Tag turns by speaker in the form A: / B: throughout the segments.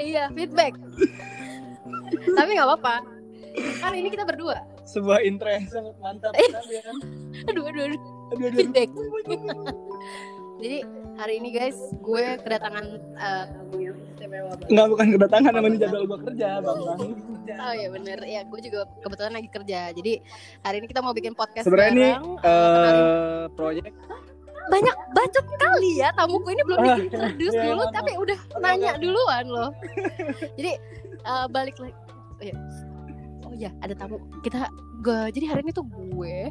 A: iya feedback tapi nggak apa-apa kan ini kita berdua
B: Sebuah intro yang sangat mantap
A: Eh.
B: sekali ya kan.
A: aduh aduh, aduh.
B: Aduh, aduh, aduh.
A: feedback jadi hari ini guys gue kedatangan eh, tamu yang istimewa banget.
B: Enggak bukan kedatangan namanya jadwal gua kerja, Bang. Bang.
A: Oh ya bener, ya gue juga kebetulan lagi kerja. Jadi hari ini kita mau bikin podcast
B: Sebenarnya ini
A: bareng. kenalin.
B: eh proyek
A: banyak bacot kali ya tamuku ini belum
B: Ah,
A: di introduce
B: iya,
A: dulu,
B: iya,
A: tapi udah
B: Oke,
A: nanya
B: oke.
A: duluan loh. jadi eh, balik lagi. Oh ya. Oh ya, ada tamu. Kita gue jadi hari ini tuh gue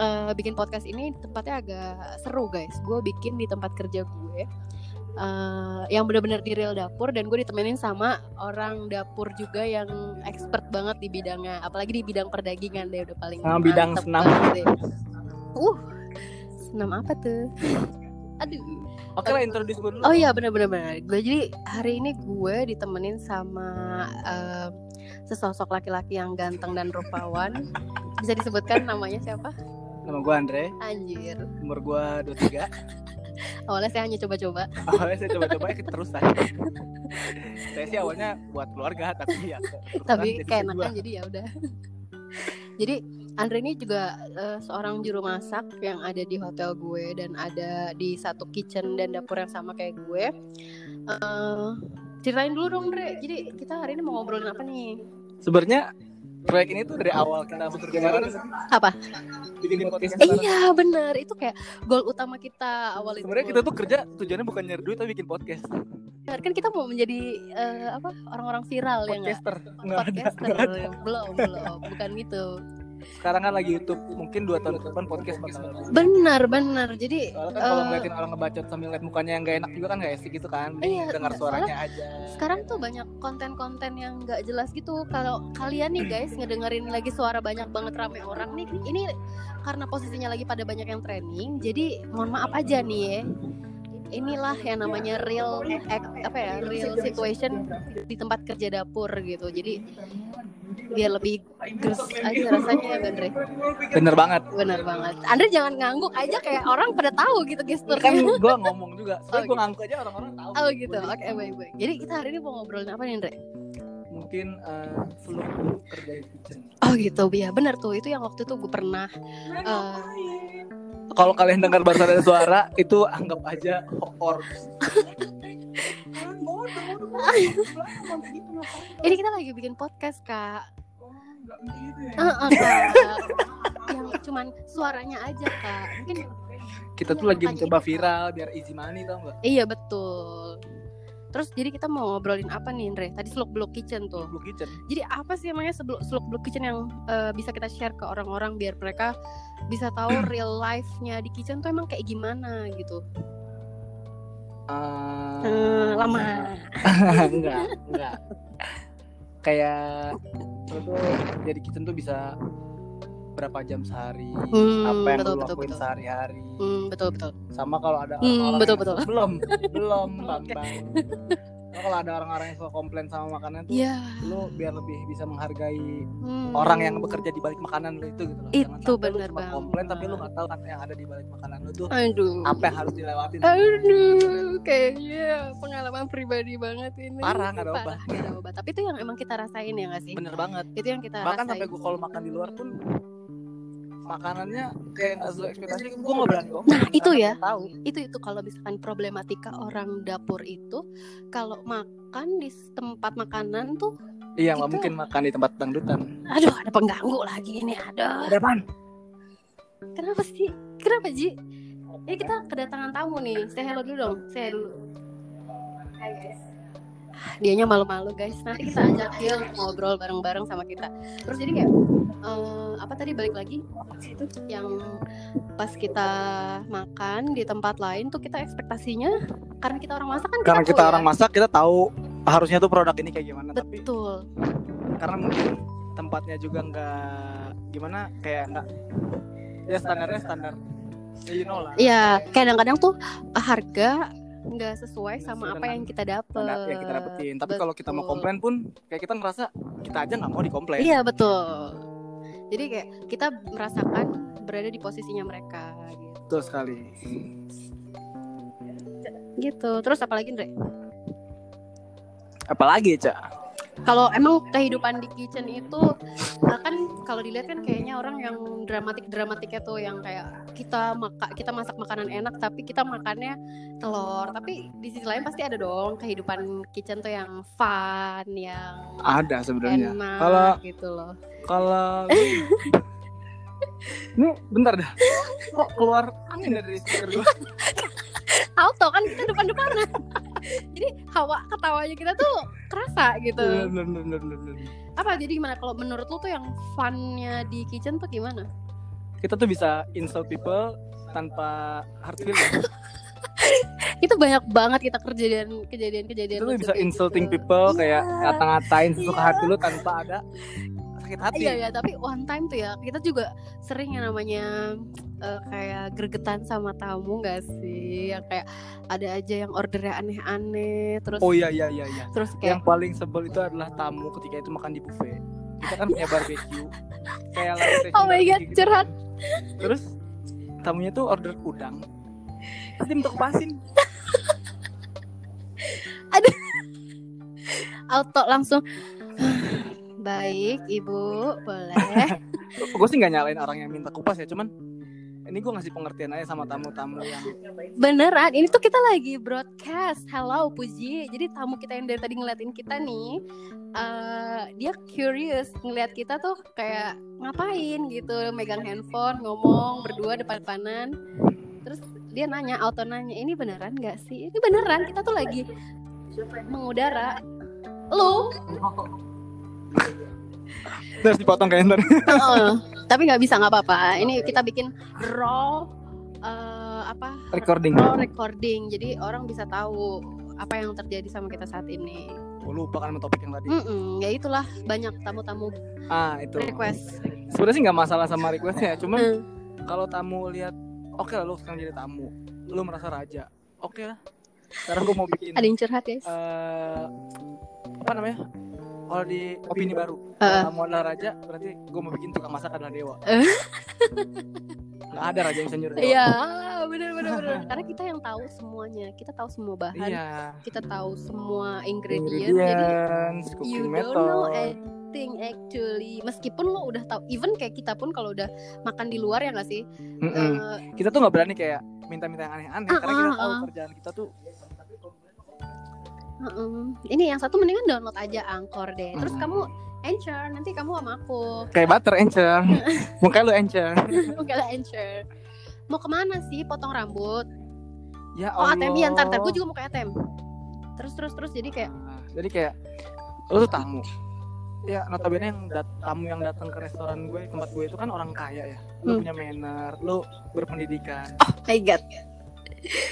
A: eh, bikin podcast ini tempatnya agak seru guys. Gue bikin di tempat kerja gue. eh, yang bener-bener di real dapur dan gue ditemenin sama orang dapur juga yang expert banget di bidangnya apalagi di bidang perdagingan deh udah paling
B: Ah, bidang
A: mantep
B: senam.
A: banget deh. uh senam apa tuh aduh
B: Oke lah introduce gua dulu.
A: Oh iya benar-benar benar. Gue jadi hari ini gue ditemenin sama eh, sesosok laki-laki yang ganteng dan rupawan. Bisa disebutkan namanya siapa?
B: Nama gua Andre,
A: Anjir.
B: umur gua 23.
A: Awalnya saya hanya coba-coba.
B: Awalnya saya coba-coba ya keterusan. saya sih awalnya buat keluarga tapi ya keterusan
A: Tapi
B: jadi
A: keenakan
B: gua.
A: jadi ya udah. jadi Andre ini juga eh, seorang juru masak yang ada di hotel gue dan ada di satu kitchen dan dapur yang sama kayak gue. Eh, ceritain dulu dong Andre. Jadi kita hari ini mau ngobrolin apa nih?
B: Sebenarnya proyek ini tuh dari awal kita bekerja bareng
A: Apa?
B: bikin
A: Eh,
B: podcast bareng.
A: Iya benar itu kayak goal utama kita awal itu.
B: Sebenarnya kita tuh kerja tujuannya bukan nyari duit tapi bikin podcast.
A: Benar, kan kita mau menjadi eh, apa orang-orang viral ya nggak?
B: Podcaster. Nggak ada.
A: Podcaster belum belum bukan gitu.
B: Sekarang kan lagi YouTube, mungkin dua tahun ke depan podcast bakal ada.
A: Benar benar jadi
B: Soalnya kan kalau
A: eh,
B: ngeliatin orang ngebacot sambil ngeliat mukanya yang gak enak juga kan gak asik gitu kan.
A: Iya,
B: Dengar
A: soalnya-
B: suaranya aja.
A: sekarang tuh banyak konten-konten yang nggak jelas gitu. Kalau kalian nih guys ngedengerin lagi suara banyak banget rame orang nih ini karena posisinya lagi pada banyak yang training. Jadi mohon maaf aja nih ya. Inilah yang namanya real act- apa ya real situation di tempat kerja dapur gitu. Jadi biar lebih gres aja rasanya ya Andre.
B: Bener banget.
A: Benar banget. Andre jangan ngangguk aja kayak orang pada tahu gitu
B: Kan
A: gesturnya.
B: gue ngomong juga. Soalnya
A: Oh,
B: gue ngangkut aja orang-orang tahu.
A: Oh gitu. Oke, baik-baik. Jadi kita hari ini mau ngobrolin apa nih, Andre?
B: Mungkin eh, vlog kerja di kitchen.
A: Oh gitu, ya benar tuh. Itu yang waktu itu gue pernah eh,
B: Kalau kalian dengar barusan ada suara, itu anggap aja horror.
A: ini kita lagi bikin podcast kak Eh, eh, kak yang cuman suaranya aja kak mungkin
B: Kita
A: Iya,
B: tuh lagi
A: makanya
B: mencoba
A: itu.
B: viral biar easy money tau gak?
A: iya betul terus jadi kita mau ngobrolin apa nih Andre tadi seluk beluk kitchen tuh
B: Vlog kitchen.
A: jadi apa sih emangnya sebelum seluk beluk kitchen yang eh, bisa kita share ke orang-orang biar mereka bisa tahu real life-nya di kitchen tuh emang kayak gimana gitu
B: Eh,
A: Eh, lama
B: enggak enggak kayak lo tuh jadi kitchen tuh bisa berapa jam sehari
A: Hmm,
B: apa yang
A: betul,
B: lo
A: betul,
B: lakuin
A: betul.
B: sehari-hari
A: hmm, betul betul
B: sama kalau ada
A: Hmm,
B: orang-orang
A: betul,
B: yang-
A: betul.
B: belum belum bang
A: Oke.
B: bang Sama kalau ada orang-orang yang suka komplain sama makanan tuh
A: Iya
B: lo biar lebih bisa menghargai
A: hmm.
B: orang yang bekerja di balik makanan lo itu gitu loh. Jangan
A: Itu
B: sampai lo
A: bener
B: cuma
A: banget. Ah.
B: komplain tapi lo nggak tahu apa yang ada di balik makanan lo tuh
A: aduh
B: apa yang harus dilewatin
A: Ah. Aduh, kayaknya pengalaman pribadi banget ini.
B: Parah, nggak ada
A: Parah, nggak ada obat. Tapi itu yang emang kita rasain ya nggak sih?
B: bener banget
A: Itu yang kita
B: bahkan
A: rasain.
B: sampai gue kalau makan di luar pun makanannya kayak nggak sesuai ekspektasi gue nggak berani ngomong
A: Nah, itu
B: Iya, karena
A: ya.
B: gua tahu
A: Itu itu kalau misalkan problematika orang dapur itu kalau makan di tempat makanan tuh,
B: iya nggak
A: Itu-
B: mungkin makan di tempat dangdutan
A: aduh ada pengganggu lagi ini, aduh.
B: ada apaan
A: Kenapa sih? Kenapa Ji? Ini kita kedatangan tamu nih. Saya hello dulu dong. Saya dulu. Hai guys. Dianya malu-malu guys. Nanti kita ajak dia untuk ngobrol bareng-bareng sama kita. Terus jadi kayak eh, apa tadi balik lagi itu yang pas kita makan di tempat lain tuh kita ekspektasinya karena kita orang masak kan
B: karena
A: tahu
B: kita
A: ya.
B: orang masak kita tahu harusnya tuh produk ini kayak gimana tapi
A: betul
B: karena mungkin tempatnya juga nggak gimana kayak nggak ya standarnya standar Ya, you know lah
A: Iya, kadang-kadang tuh harga nggak sesuai
B: Nggak
A: sama
B: sesuai
A: apa
B: dengan
A: yang kita dapat.
B: standar yang kita dapetin tapi kalau kita mau
A: Betul.
B: komplain pun kayak kita ngerasa kita aja nggak mau dikomplain
A: Iya betul. Jadi kayak kita merasakan berada di posisinya mereka gitu.
B: betul sekali
A: Gitu. Terus apalagi Andre?
B: Apalagi, Ca?
A: Kalau emang kehidupan di kitchen itu ah, kan kalau dilihat kan kayaknya orang yang dramatik dramatiknya tuh yang kayak kita maka kita masak makanan enak tapi kita makannya telur. Tapi di sisi lain pasti ada dong kehidupan kitchen tuh yang fun, yang
B: Ada sebenarnya.
A: enak
B: Kalau
A: gitu loh.
B: kalau Ini bentar dah. Kok keluar angin dari speaker gua?
A: Auto kan kita depan-depanan. Jadi hawa ketawanya kita tuh kerasa gitu.
B: Bentar, bentar, bentar, bentar.
A: apa jadi gimana kalau menurut lu tuh yang funnya di kitchen tuh gimana
B: Kita tuh bisa insult people tanpa hard feeling.
A: itu banyak banget kita kejadian kejadian kejadian
B: Kita tuh
A: lucu
B: bisa
A: kayak
B: insulting
A: gitu.
B: people
A: Iya.
B: kayak ngata-ngatain sesuka
A: Iya.
B: hati lu tanpa ada sakit hati.
A: iya ya tapi one time tuh ya kita juga sering yang namanya eh, kayak gregetan sama tamu gak sih yang kayak ada aja yang ordernya aneh-aneh terus
B: Oh iya iya iya iya.
A: terus kayak
B: Yang paling sebel itu adalah tamu ketika itu makan di buffet. Kita kan punya barbecue. Kayak lagi
A: Oh my God,
B: gitu.
A: curhat.
B: Terus tamunya tuh order udang. Terus dia minta kupasin.
A: auto langsung baik ibu boleh
B: Gue sih nggak nyalain orang yang minta kupas ya, cuman ini gue ngasih pengertian aja sama tamu-tamu yang
A: beneran ini tuh kita lagi broadcast hello Puji jadi tamu kita yang dari tadi ngeliatin kita nih eh, dia curious ngeliat kita tuh kayak ngapain gitu megang handphone ngomong berdua depan-depanan terus dia nanya auto nanya ini beneran gak sih ini beneran kita tuh lagi mengudara lu
B: terus dipotong kayak ntar.
A: Heeh. tapi nggak bisa nggak apa-apa ini kita bikin raw eh, apa
B: Recording.
A: raw Oh, recording jadi orang bisa tahu apa yang terjadi sama kita saat ini
B: Gue lupa kan sama topik yang tadi.
A: Mm-mm, ya itulah banyak tamu-tamu
B: Ah itu.
A: request
B: Sebenarnya sih nggak masalah sama requestnya, cuman
A: Hmm.
B: kalau tamu lihat, oke lah lu sekarang jadi tamu, lu merasa raja, oke lah. Sekarang gue mau bikin
A: ada yang curhat guys
B: eh apa namanya kalau di opini baru
A: Heeh.
B: kalau kamu adalah raja berarti gue mau bikin tukang masak adalah dewa
A: Eh.
B: nggak ada raja yang senior dewa
A: iya bener bener bener karena kita yang tahu semuanya kita tahu semua bahan
B: iya
A: kita tahu semua ingredient jadi
B: ingredients
A: you
B: cooking
A: don't know
B: method
A: anything actually meskipun lo udah tahu even kayak kita pun kalau udah makan di luar ya nggak sih
B: Mm-mm.
A: Eh,
B: kita tuh nggak berani kayak minta-minta yang aneh-aneh karena kita
A: Ah,
B: tahu
A: ah.
B: kerjaan kita tuh
A: Mm-mm. Ini yang satu mendingan download aja Angkor deh. Terus
B: Mm.
A: kamu Anchor, nanti kamu sama aku.
B: kayak butter encer mukanya lu encer
A: Enggak lah Anchor. Mau kemana sih potong rambut?
B: ya
A: Oh,
B: Allah
A: ATM ya ntar, ntar. Gue juga mau ke ATM. Terus terus terus jadi kayak
B: Nah, jadi kayak lu tuh tamu ya notabene yang dat- tamu yang datang ke restoran gue tempat gue itu kan orang kaya ya lu
A: Hmm.
B: punya manner lu berpendidikan
A: my god.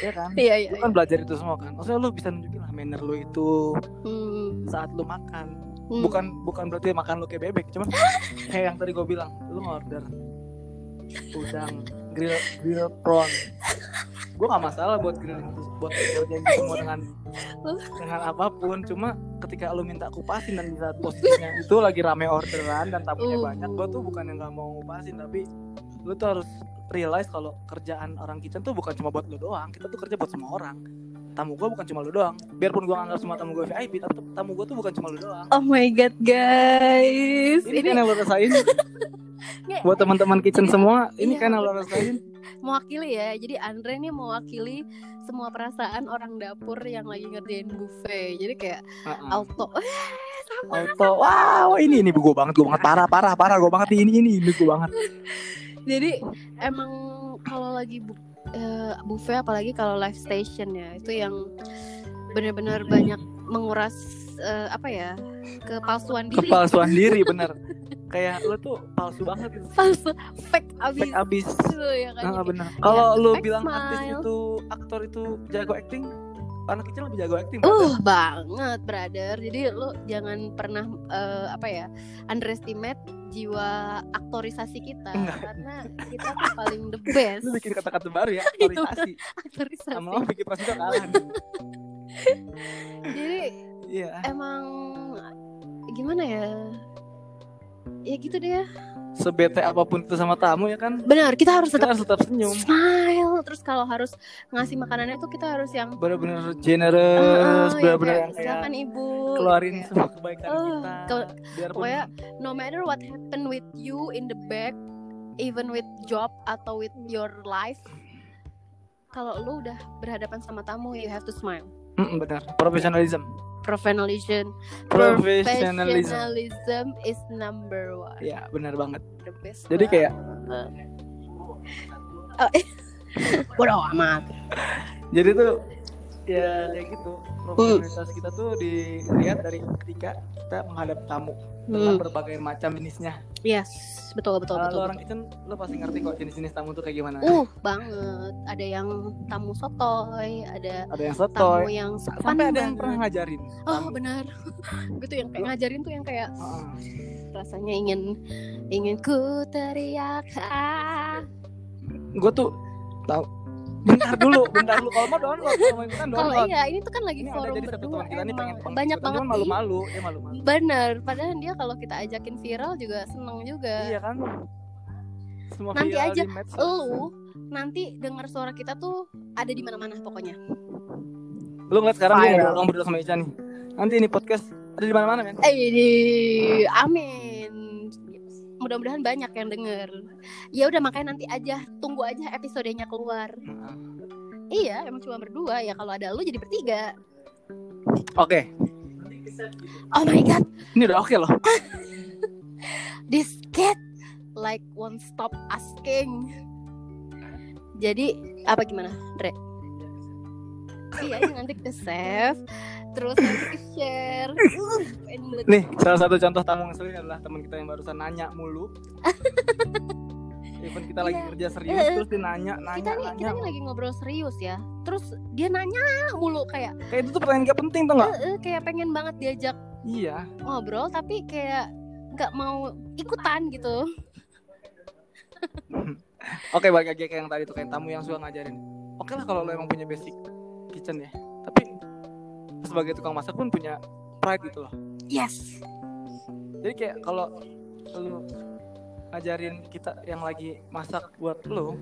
B: ya kan
A: Iya iya.
B: lu kan belajar itu semua kan maksudnya lu bisa nunjukin lah manner lu itu
A: Hmm.
B: saat lu makan
A: Hmm.
B: bukan bukan berarti makan lu kayak bebek cuman kayak yang tadi gue bilang lu order udang grill grill prawn gue gak masalah buat grill itu buat kerjain itu semua dengan
A: Lu-
B: dengan apapun cuma ketika lu minta kupasin dan di saat posisinya itu lagi rame orderan dan tamunya
A: Uh.
B: banyak gue tuh bukan yang gak mau kupasin tapi lu tuh harus realize kalau kerjaan orang kitchen tuh bukan cuma buat lu doang kita tuh kerja buat semua orang tamu gue bukan cuma lu doang biarpun gue nganggap semua tamu gue VIP tapi tamu gue tuh bukan cuma lu doang
A: Oh my god, guys.
B: ini,
A: Ini
B: kan yang lo rasain buat teman-teman kitchen semua ini
A: Iya.
B: kan yang lo rasain
A: mewakili ya. Jadi Andre ini mewakili semua perasaan orang dapur yang lagi ngerjain buffet. Jadi kayak
B: Heeh.
A: auto
B: auto wow ini ini gue banget gue banget parah parah parah gue banget ini ini ini gue banget
A: Jadi emang kalau lagi bu- eh, buffet apalagi kalau live station ya itu yang benar-benar banyak menguras eh, apa ya kepalsuan diri.
B: kepalsuan diri bener kayak lo tuh palsu banget gitu.
A: Palsu, fake abis
B: fake Ah, abis
A: gitu ya kan.
B: Heeh,
A: Jadi,
B: bener kalau
A: Ya,
B: lo
A: fake
B: bilang
A: smile.
B: artis itu aktor itu jago acting anak kecil lebih jago acting
A: Uh banget brother. Jadi lu jangan pernah eh, apa ya underestimate jiwa aktorisasi kita
B: Enggak.
A: karena kita tuh paling the best
B: lu bikin kata-kata baru
A: Iya,
B: ya aktorisasi
A: aktorisasi.
B: sama lo bikin pasti kalah
A: Jadi
B: iya
A: emang gimana ya? Ya gitu deh.
B: sebete apapun itu sama tamu ya kan
A: Benar, kita harus
B: kita
A: tetap
B: harus tetap senyum
A: smile, tamu terus kalau harus ngasih makanannya tuh kita harus yang "Ah,
B: bener-bener generous
A: yang kayak,
B: bener-bener Eh, yang kayak
A: silakan ibu
B: keluarin
A: Kayak,
B: semua kebaikan
A: "Oh,
B: kita
A: ke-
B: biarpun
A: pokoknya no matter what happen with you in the back even with job atau with your life kalau lu udah berhadapan sama tamu you have to smile
B: Mm, benar profesionalism
A: professionalism
B: professionalism
A: professionalism is number one
B: ya benar banget
A: the best
B: jadi kayak
A: bodoh amat
B: jadi tuh ya kayak gitu profesionalitas kita tuh dilihat dari ketika kita menghadap tamu dengan
A: Hmm.
B: berbagai macam jenisnya
A: yes betul betul
B: kalau
A: betul,
B: orang kitchen lo pasti ngerti kok jenis-jenis tamu tuh kayak gimana
A: Uh, banget. Ada yang tamu sotoy, ada
B: ada yang
A: tamu
B: sotoy
A: yang sopan
B: sampai ada yang
A: banget.
B: pernah ngajarin
A: Oh,
B: tamu.
A: benar. Gue tuh yang kayak ngajarin tuh yang kayak
B: Heeh.
A: rasanya ingin ingin ku teriak. Ah.
B: gue tuh tahu bentar dulu bentar dulu kalau mau download kalau mau ikutan
A: Kalau
B: download
A: iya, ini tuh kan lagi
B: ini ada
A: forum
B: jadi satu
A: berdua.
B: teman kita nih pengen
A: emang. Iya.
B: pengen
A: banyak
B: ikutan,
A: banget
B: cuman
A: nih.
B: malu-malu dia malu-malu
A: Bener, padahal dia kalau kita ajakin viral juga seneng juga.
B: iya kan semua
A: Nanti
B: viral
A: aja Oh.
B: di medsos.
A: Lu nanti dengar suara kita tuh ada di mana-mana pokoknya.
B: lu ngeliat sekarang gue
A: Viral.
B: ngobrol orang berdua sama Ica nih nanti ini podcast ada di mana-mana men
A: Eh, ini, Eh, amin. Mudah-mudahan banyak yang denger. Ya udah makanya nanti aja tunggu aja episodenya keluar.
B: Nah,
A: Iya, emang cuma berdua ya kalau ada lu jadi bertiga.
B: oke
A: Oh my god,
B: ini udah oke loh
A: this cat like won't stop asking. Jadi apa gimana, Dre? iya, nanti ke save, terus nanti ke share. Uh, endless.
B: nih salah satu contoh tamu ngeselin adalah teman kita yang barusan nanya mulu Even kita lagi
A: Iya.
B: kerja serius terus dia nanya nanya
A: kita nih kita
B: nanya
A: nih lagi ngobrol serius ya. Terus dia nanya mulu kayak
B: kayak itu tuh pertanyaan gak penting tuh nggak
A: "Eh, eh," kayak pengen banget diajak
B: iya
A: ngobrol tapi kayak nggak mau ikutan gitu.
B: Oke balik lagi kayak yang tadi tuh kayak tamu yang suka ngajarin. Oke lah kalau lo emang punya basic kitchen ya. Tapi sebagai tukang masak pun punya pride gitu loh.
A: Yes.
B: Jadi kayak kalau lo ngajarin kita yang lagi masak buat lo,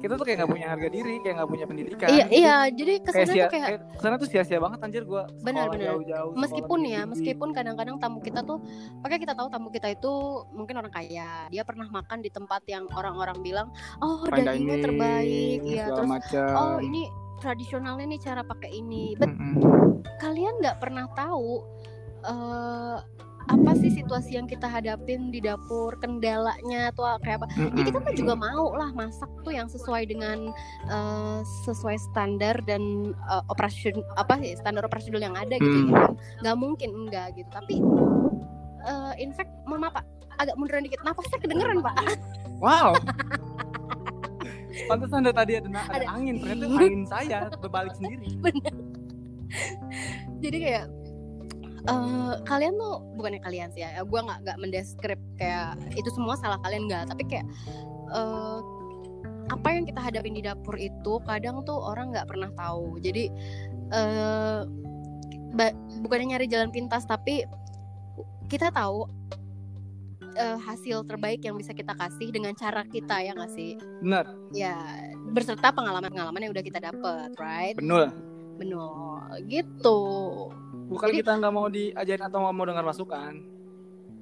B: kita tuh kayak nggak punya harga diri, kayak nggak punya pendidikan.
A: Iya, iya, jadi
B: Kan? Kayak
A: kesannya
B: sia,
A: tuh kayak
B: kayak kesana tuh sia-sia banget anjir gue
A: Benar, benar.
B: jauh-jauh sekolah
A: meskipun ya
B: tinggi-tinggi.
A: meskipun kadang-kadang tamu kita tuh pakai kita tahu tamu kita itu mungkin orang kaya dia pernah makan di tempat yang orang-orang bilang oh
B: Fine
A: dagingnya
B: dining,
A: terbaik ya
B: segala
A: terus
B: macam.
A: oh ini tradisionalnya nih cara pakai ini but
B: Mm-mm.
A: kalian nggak pernah tahu eh, apa sih situasi yang kita hadapin di dapur kendalanya atau kayak apa ya kita mah juga mau lah masak tuh yang sesuai dengan eh, sesuai standar dan eh, operation apa sih standar operasional yang ada gitu ya
B: Hmm.
A: kan. nggak mungkin enggak gitu tapi eh, in fact mohon maaf pak agak munduran dikit napasnya kedengeran pak
B: Wow. Pantesan dari tadi ada, ada,
A: Ada.
B: angin, ternyata angin saya berbalik sendiri.
A: jadi kayak eh, kalian tuh bukannya kalian sih ya gue nggak nggak mendeskrip kayak itu semua salah kalian nggak tapi kayak eh, apa yang kita hadapin di dapur itu kadang tuh orang nggak pernah tahu jadi eh, ba- bukannya nyari jalan pintas tapi kita tahu eh, hasil terbaik yang bisa kita kasih dengan cara kita ya nggak sih
B: Bener,
A: ya berserta pengalaman-pengalaman yang udah kita dapet right
B: bener.
A: benar gitu
B: Bukan
A: Jadi-
B: kita nggak mau diajarin atau nggak mau dengar masukan.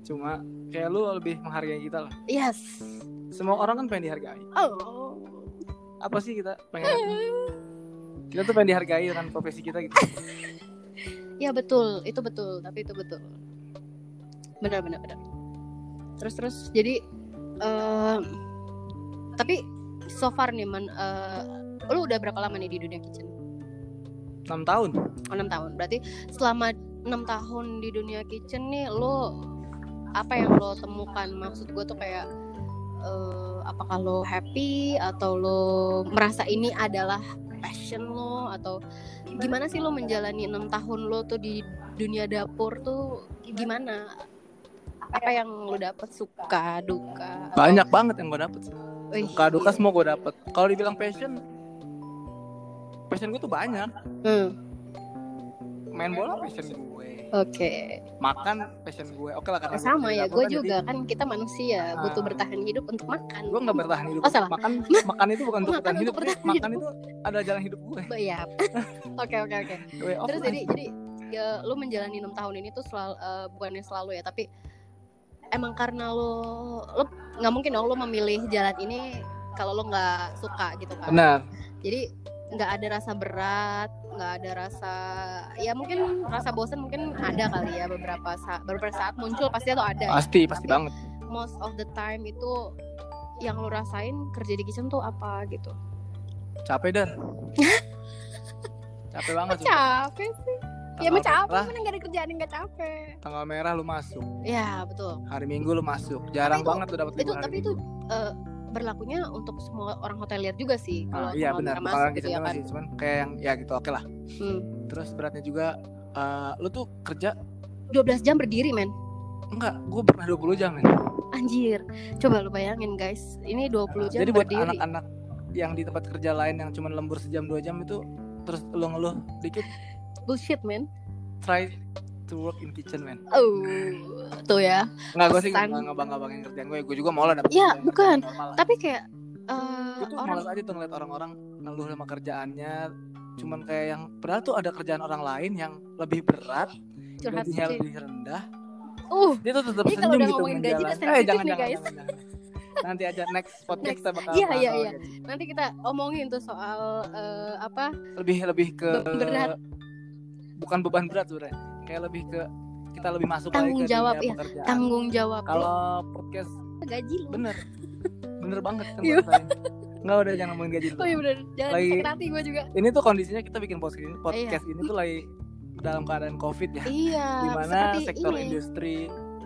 B: Cuma kayak lu lebih menghargai kita lah.
A: Yes.
B: Semua orang kan pengen dihargai.
A: Oh.
B: Apa sih kita pengen? Kita tuh pengen dihargai dengan profesi kita gitu.
A: ya betul, itu betul, tapi itu betul. Benar benar benar. Terus terus jadi eh tapi so far nih man eh, lu udah berapa lama nih di dunia kitchen?
B: 6 tahun.
A: Oh, 6 tahun. Berarti selama 6 tahun di dunia kitchen nih lu apa yang lo temukan? Maksud gue tuh kayak eh, apakah lo happy atau lo merasa ini adalah passion lo atau gimana sih lo menjalani enam tahun lo tuh di dunia dapur tuh gimana apa yang lo dapet suka duka atau-
B: Banyak banget yang gue dapet.
A: Wih,
B: Suka duka semua gue dapet. Kalau dibilang passion, passion gue tuh banyak.
A: hmm.
B: main bola passion gue
A: Oke.
B: makan passion gue oke lah karena
A: Eh, sama
B: kerja
A: ya,
B: dapur
A: gue
B: kan, jadi
A: juga kan kita manusia
B: Ah.
A: butuh bertahan hidup untuk makan.
B: gue nggak bertahan hidup
A: Oh, salah.
B: makan makan itu bukan untuk
A: Makan
B: bertahan
A: untuk
B: hidup
A: bertahan
B: makan itu ada jalan hidup gue
A: Ba- Iya. Oke oke oke.
B: Way of
A: Terus
B: life.
A: jadi jadi ya, lu menjalani enam tahun ini tuh selalu bukannya selalu ya tapi emang karena lo lo nggak mungkin dong lo memilih jalan ini kalau lo nggak suka gitu kan.
B: benar
A: Jadi nggak ada rasa berat, nggak ada rasa ya mungkin rasa bosan mungkin ada kali ya beberapa saat beberapa saat muncul pasti lo ada. ya.
B: pasti pasti
A: Tapi
B: banget
A: most of the time itu yang lo rasain kerja di kitchen tuh apa gitu?
B: capek dan capek banget sumpah.
A: Capek sih. Ya
B: Tanggal
A: emang capek,
B: merah,
A: mana gak ada kerjaan yang gak capek.
B: tanggal merah lu masuk
A: Ya betul.
B: hari minggu lu masuk jarang
A: Tapi itu-
B: banget lu dapat
A: Itu
B: libur hari Ah,
A: tapi itu
B: minggu
A: eh, berlakunya untuk semua orang hotelier juga sih.
B: Ah,
A: Kalau
B: iya
A: kalau
B: benar
A: mereka
B: bukan orang
A: masuk gitu
B: kitchen
A: ya
B: doang
A: kan.
B: sih cuman kayak yang ya gitu oke lah
A: Hmm.
B: terus beratnya juga eh, lu tuh kerja
A: 12 jam berdiri men.
B: enggak gue pernah 20 jam men
A: Anjir. Coba lu bayangin guys. Ini 20 jam
B: Ah, jadi buat
A: berdiri.
B: anak-anak yang di tempat kerja lain yang cuma lembur sejam dua jam itu terus lu ngeluh dikit
A: Bullshit men.
B: try to work in kitchen man
A: Oh. Tuh ya.
B: nggak gue sih nggak
A: Pesan.
B: nggak bangga banggain kerjaan gue gue juga mau lah dapet
A: Ya,
B: kerjaan
A: bukan.
B: kerjaan normal lah.
A: Tapi kayak eh,
B: gue tuh
A: orang
B: malas aja tuh ngeliat orang-orang ngeluh sama kerjaannya cuman kayak yang padahal tuh ada kerjaan orang lain yang lebih berat
A: curhat
B: gajinya
A: sih.
B: lebih rendah
A: Uh,
B: dia tuh tetap
A: Ini kalau
B: senyum
A: udah
B: gitu
A: ngomongin gaji udah
B: menjalani.
A: sensitif
B: jangan,
A: nih,
B: jangan,
A: guys.
B: jangan, jangan. nanti aja next podcast
A: Next.
B: kita bakal
A: Iya,
B: bahas
A: iya,
B: soal
A: iya.
B: gaji.
A: nanti kita omongin tuh soal eh, apa?
B: lebih lebih ke Ah.
A: Beban berat.
B: bukan beban berat sebenarnya kayak lebih ke kita lebih masuk lagi
A: Tanggung
B: ke
A: jawab,
B: dunia
A: iya.
B: pekerjaan.
A: Tanggung jawab lu,
B: kalau podcast
A: gaji lu.
B: bener bener banget kan
A: Iya.
B: ngerasain. nggak udah jangan ngomongin gaji dulu
A: Oh iya bener, jangan
B: Lagi-
A: sakit hati gue juga
B: ini tuh kondisinya kita bikin podcast ini, podcast ini tuh lagi dalam keadaan covid ya
A: Iya,
B: dimana
A: seperti
B: sektor
A: ini
B: industri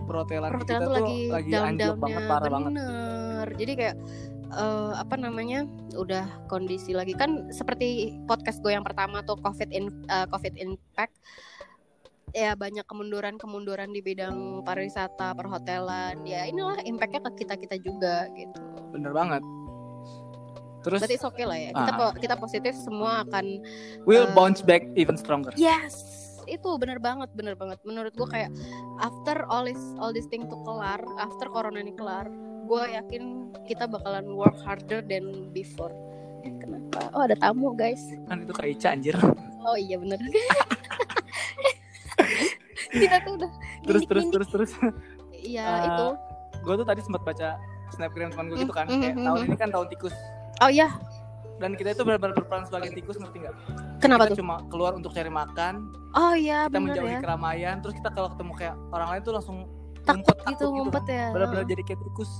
B: perhotelan kita
A: perhotelan
B: tuh
A: tuh lagi
B: lagi anjlok
A: down-downnya
B: banget parah banget
A: Bener, jadi kayak eh, apa namanya udah kondisi lagi kan seperti podcast gue yang pertama tuh covid in eh, covid impact ya banyak kemunduran kemunduran di bidang pariwisata perhotelan ya inilah impactnya ke kita kita juga gitu
B: bener banget terus
A: berarti oke lah ya kita
B: Ah.
A: po- kita positif semua akan
B: we'll
A: eh,
B: bounce back even stronger
A: Yes, itu bener banget, bener banget. Menurut gue kayak after all is all this thing tuh kelar, after corona ini kelar, gue yakin kita bakalan work harder than before. Kenapa? Oh ada tamu guys.
B: kan itu kayak Ica anjir
A: Oh iya bener. kita tuh udah
B: terus
A: nindik-
B: terus
A: nindik.
B: terus terus
A: Iya
B: Eh,
A: itu.
B: gue tuh tadi sempat baca snapgram teman gue gitu kan
A: Mm, mm,
B: kayak
A: mm,
B: tahun
A: mm.
B: ini kan tahun tikus
A: Oh iya,
B: dan kita itu benar-benar berperan sebagai tikus ngerti nggak
A: kenapa
B: kita
A: tuh?
B: cuma keluar untuk cari makan
A: Oh iya
B: kita
A: bener
B: menjauhi
A: ya.
B: keramaian terus kita kalau ketemu kayak orang lain tuh langsung
A: Takut gitu ngumpet
B: kan.
A: ya.
B: benar-benar jadi kayak tikus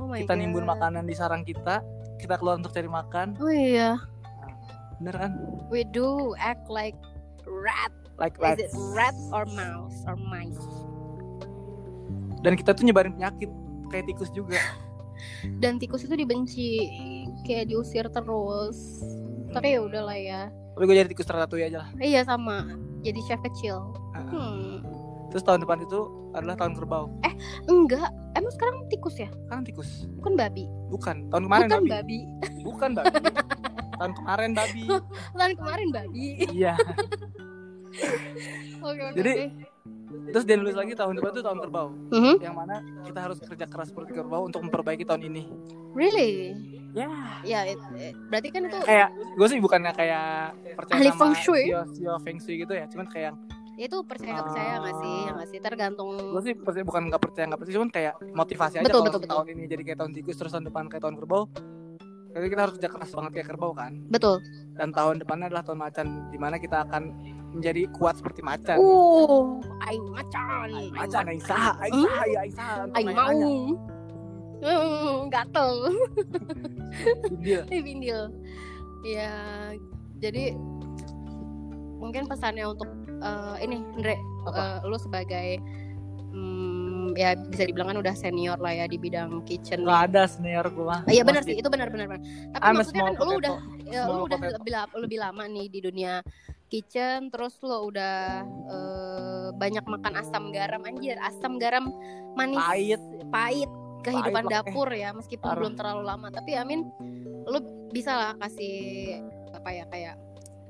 A: Oh my
B: kita nimbun
A: God.
B: makanan di sarang kita kita keluar untuk cari makan
A: Oh iya,
B: bener kan
A: we do act like rat.
B: like
A: Is it
B: rats
A: rat or mouse or mice?
B: dan kita tuh nyebarin penyakit kayak tikus juga
A: dan tikus itu dibenci kayak diusir terus tapi ya udahlah ya
B: tapi gue jadi tikus teratai aja lah
A: iya sama jadi chef kecil
B: Heeh.
A: hmm.
B: terus tahun depan itu adalah tahun kerbau
A: enggak emang sekarang tikus ya
B: kan tikus
A: bukan babi
B: bukan tahun kemarin
A: bukan
B: babi
A: babi
B: bukan babi tahun kemarin babi
A: tahun kemarin babi
B: iya
A: oke oke
B: Jadi-
A: oke.
B: terus dia nulis lagi tahun depan tuh tahun kerbau
A: Mhm.
B: yang mana kita harus kerja keras seperti kerbau untuk memperbaiki tahun ini
A: really
B: ya
A: ya it- eh, berarti kan itu
B: kayak gue sih bukannya kayak percaya
A: Ahli
B: sama
A: feng shui.
B: Sio, sio feng shui gitu ya cuman kayak
A: itu percaya nggak percaya nggak sih ya nggak sih tergantung
B: gue sih percaya bukan nggak percaya nggak percaya cuman kayak motivasi aja
A: Betul,
B: kalau
A: betul, betul.
B: tahun ini jadi kayak tahun tikus terus tahun depan kayak tahun kerbau jadi kita harus kerja keras banget kayak kerbau kan
A: betul
B: dan tahun depannya adalah tahun macan dimana kita akan menjadi kuat seperti macan
A: uh aing macan aing
B: Ya. macan
A: macan.
B: Aisyah Aisyah ya Aisyah untuk
A: aing mau
B: mainannya.
A: Hmm, gatel
B: Dia.
A: Ih, Bindil. Ya, jadi mungkin pesannya untuk eh, ini Andre,
B: Apa?
A: eh, lu sebagai hmm, ya bisa dibilang kan udah senior lah ya di bidang kitchen.
B: nggak ada senior gua Ah,
A: Ah, Iya benar sih, itu benar-benar. benar. Tapi
B: I'm a
A: maksudnya
B: small
A: kan lu
B: potato.
A: udah ya,
B: Small
A: lu udah
B: potato.
A: lebih, la- lebih lama nih di dunia kitchen, terus lu udah eh, banyak makan asam garam anjir, asam garam manis
B: pahit
A: pahit kehidupan
B: Pahit,
A: dapur ya meskipun
B: Parah.
A: belum terlalu lama tapi Amin lu bisa lah kasih apa ya kayak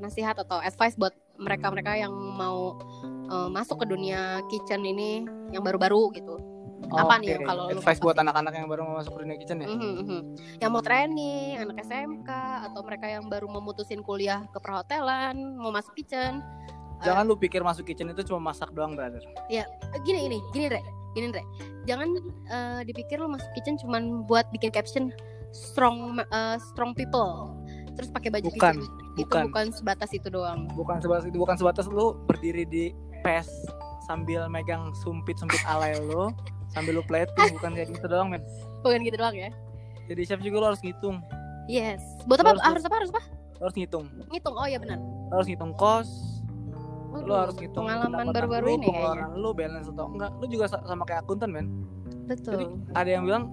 A: nasihat atau advice buat mereka-mereka yang mau eh, masuk ke dunia kitchen ini yang baru-baru gitu. Apa nih yang
B: Oke.
A: kalau lu
B: advice
A: mau
B: buat anak-anak yang baru mau masuk dunia kitchen ya?
A: Mhm, mhm. Yang mau training, anak SMK atau mereka yang baru memutusin kuliah ke perhotelan, mau masuk kitchen.
B: Jangan lu pikir masuk kitchen itu cuma masak doang, brother.
A: Eh, Gini ini, gini Re, gini Re. Jangan eh, dipikir lo masuk kitchen cuman buat bikin caption strong eh, strong people. Terus pakai baju
B: Bukan,
A: kitchen. Itu
B: bukan.
A: bukan sebatas itu doang.
B: Bukan sebatas itu, bukan sebatas lu berdiri di pes sambil megang sumpit-sumpit alay lu sambil lu plating bukan kayak gitu doang, men.
A: Bukan gitu doang ya.
B: Jadi chef juga lu harus ngitung.
A: Yes. Buat apa? Ah, Harus
B: Harus-
A: apa? Harus apa?
B: Lu harus ngitung.
A: Ngitung. Oh ya benar.
B: Lu harus ngitung kos, lu
A: Waduh,
B: harus ngitung
A: Hmm, pengalaman
B: pendapatan
A: baru-baru
B: lu,
A: ini kayaknya.
B: pengeluaran lu balance atau enggak. Lu juga sa- sama kayak akuntan, men.
A: Betul.
B: Ada yang bilang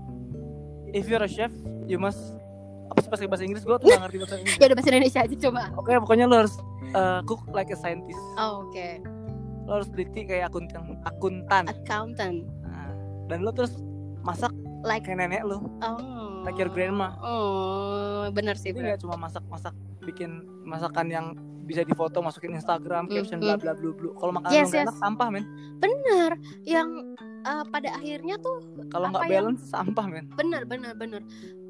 B: if you're a chef, you must apa sih pakai bahasa Inggris? Gua tuh nggak ngerti bahasa Inggris.
A: Ya udah bahasa Indonesia aja coba.
B: Oke, pokoknya lu harus uh, cook like a scientist.
A: Oh, Oke.
B: Lu harus teliti kayak akuntan, akuntan.
A: Accountant.
B: Nah, Dan lu terus masak
A: Like
B: kayak nenek lu,
A: oh.
B: like your grandma.
A: Oh, benar sih,
B: Jadi
A: Bro.
B: nggak cuma masak-masak bikin masakan yang bisa difoto masukin Instagram,
A: Mm,
B: caption
A: mm.
B: bla bla bla bla. Kalau makanan
A: Yes,
B: lu nggak
A: yes.
B: enak sampah, men.
A: Benar. Yang eh, pada akhirnya tuh
B: Kalau
A: Apa
B: nggak
A: yang-
B: balance sampah, men.
A: benar benar benar.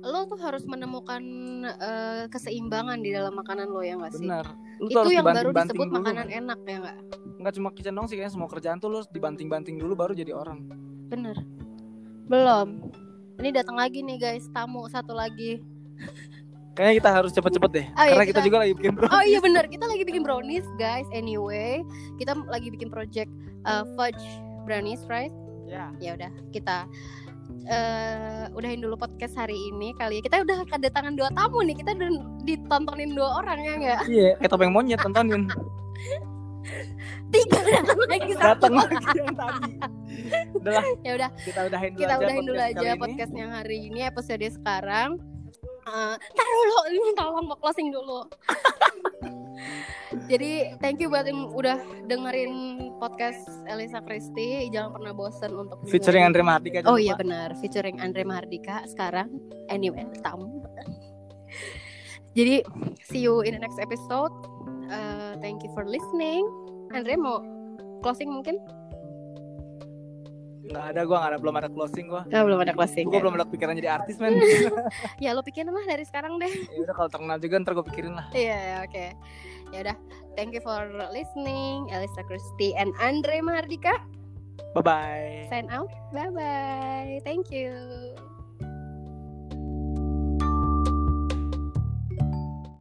A: Lo tuh harus menemukan eh, keseimbangan di dalam makanan lo ya nggak sih?
B: Bener. Lu tuh
A: Itu
B: harus
A: yang baru
B: dibanting-banting
A: disebut
B: dulu,
A: makanan
B: men.
A: enak ya nggak?
B: Nggak cuma kitchen dong sih kayaknya semua kerjaan tuh lu harus dibanting-banting dulu baru jadi orang.
A: Bener. Belum. Ini datang lagi nih guys, tamu satu lagi.
B: Kayaknya kita harus cepet-cepet deh.
A: Oh, iya,
B: Karena kita
A: kita-
B: juga lagi bikin bro.
A: Oh iya benar, kita lagi bikin brownies guys. Anyway, kita lagi bikin project eh, fudge brownies, right?
B: Ya.
A: ya udah kita eh udahin dulu podcast hari ini kali ya kita udah kedatangan dua tamu nih kita udah ditontonin dua orang ya nggak
B: Iya, kayak topeng monyet tontonin.
A: tiga datang lagi satu
B: Datang lagi yang tadi. Udah lah,
A: ya udah
B: kita udahin dulu
A: kita
B: aja
A: udahin dulu aja
B: podcast kali ini.
A: podcast yang hari ini episode sekarang Eh, taruh lo ini tolong mau closing dulu jadi thank you buat yang udah dengerin podcast Elisa Christie jangan pernah bosen untuk
B: Featuring
A: dengerin.
B: Andre Mahardika
A: Oh iya benar, featuring Andre Mahardika sekarang anyway tamu. Jadi see you in the next episode. Uh, thank you for listening. Andre mau closing mungkin?
B: Gak ada gua, nggak ada belum ada closing gua.
A: Eh, belum ada closing.
B: Gua belum ada pikiran jadi artis, men.
A: Ya lo pikirin lah dari sekarang deh.
B: ya udah kalau terkenal juga ntar gua pikirin lah.
A: Iya ya, oke. Ya udah, thank you for listening. Elisa Christie and Andre Mahardika
B: Bye bye.
A: sign out. Bye bye. Thank you.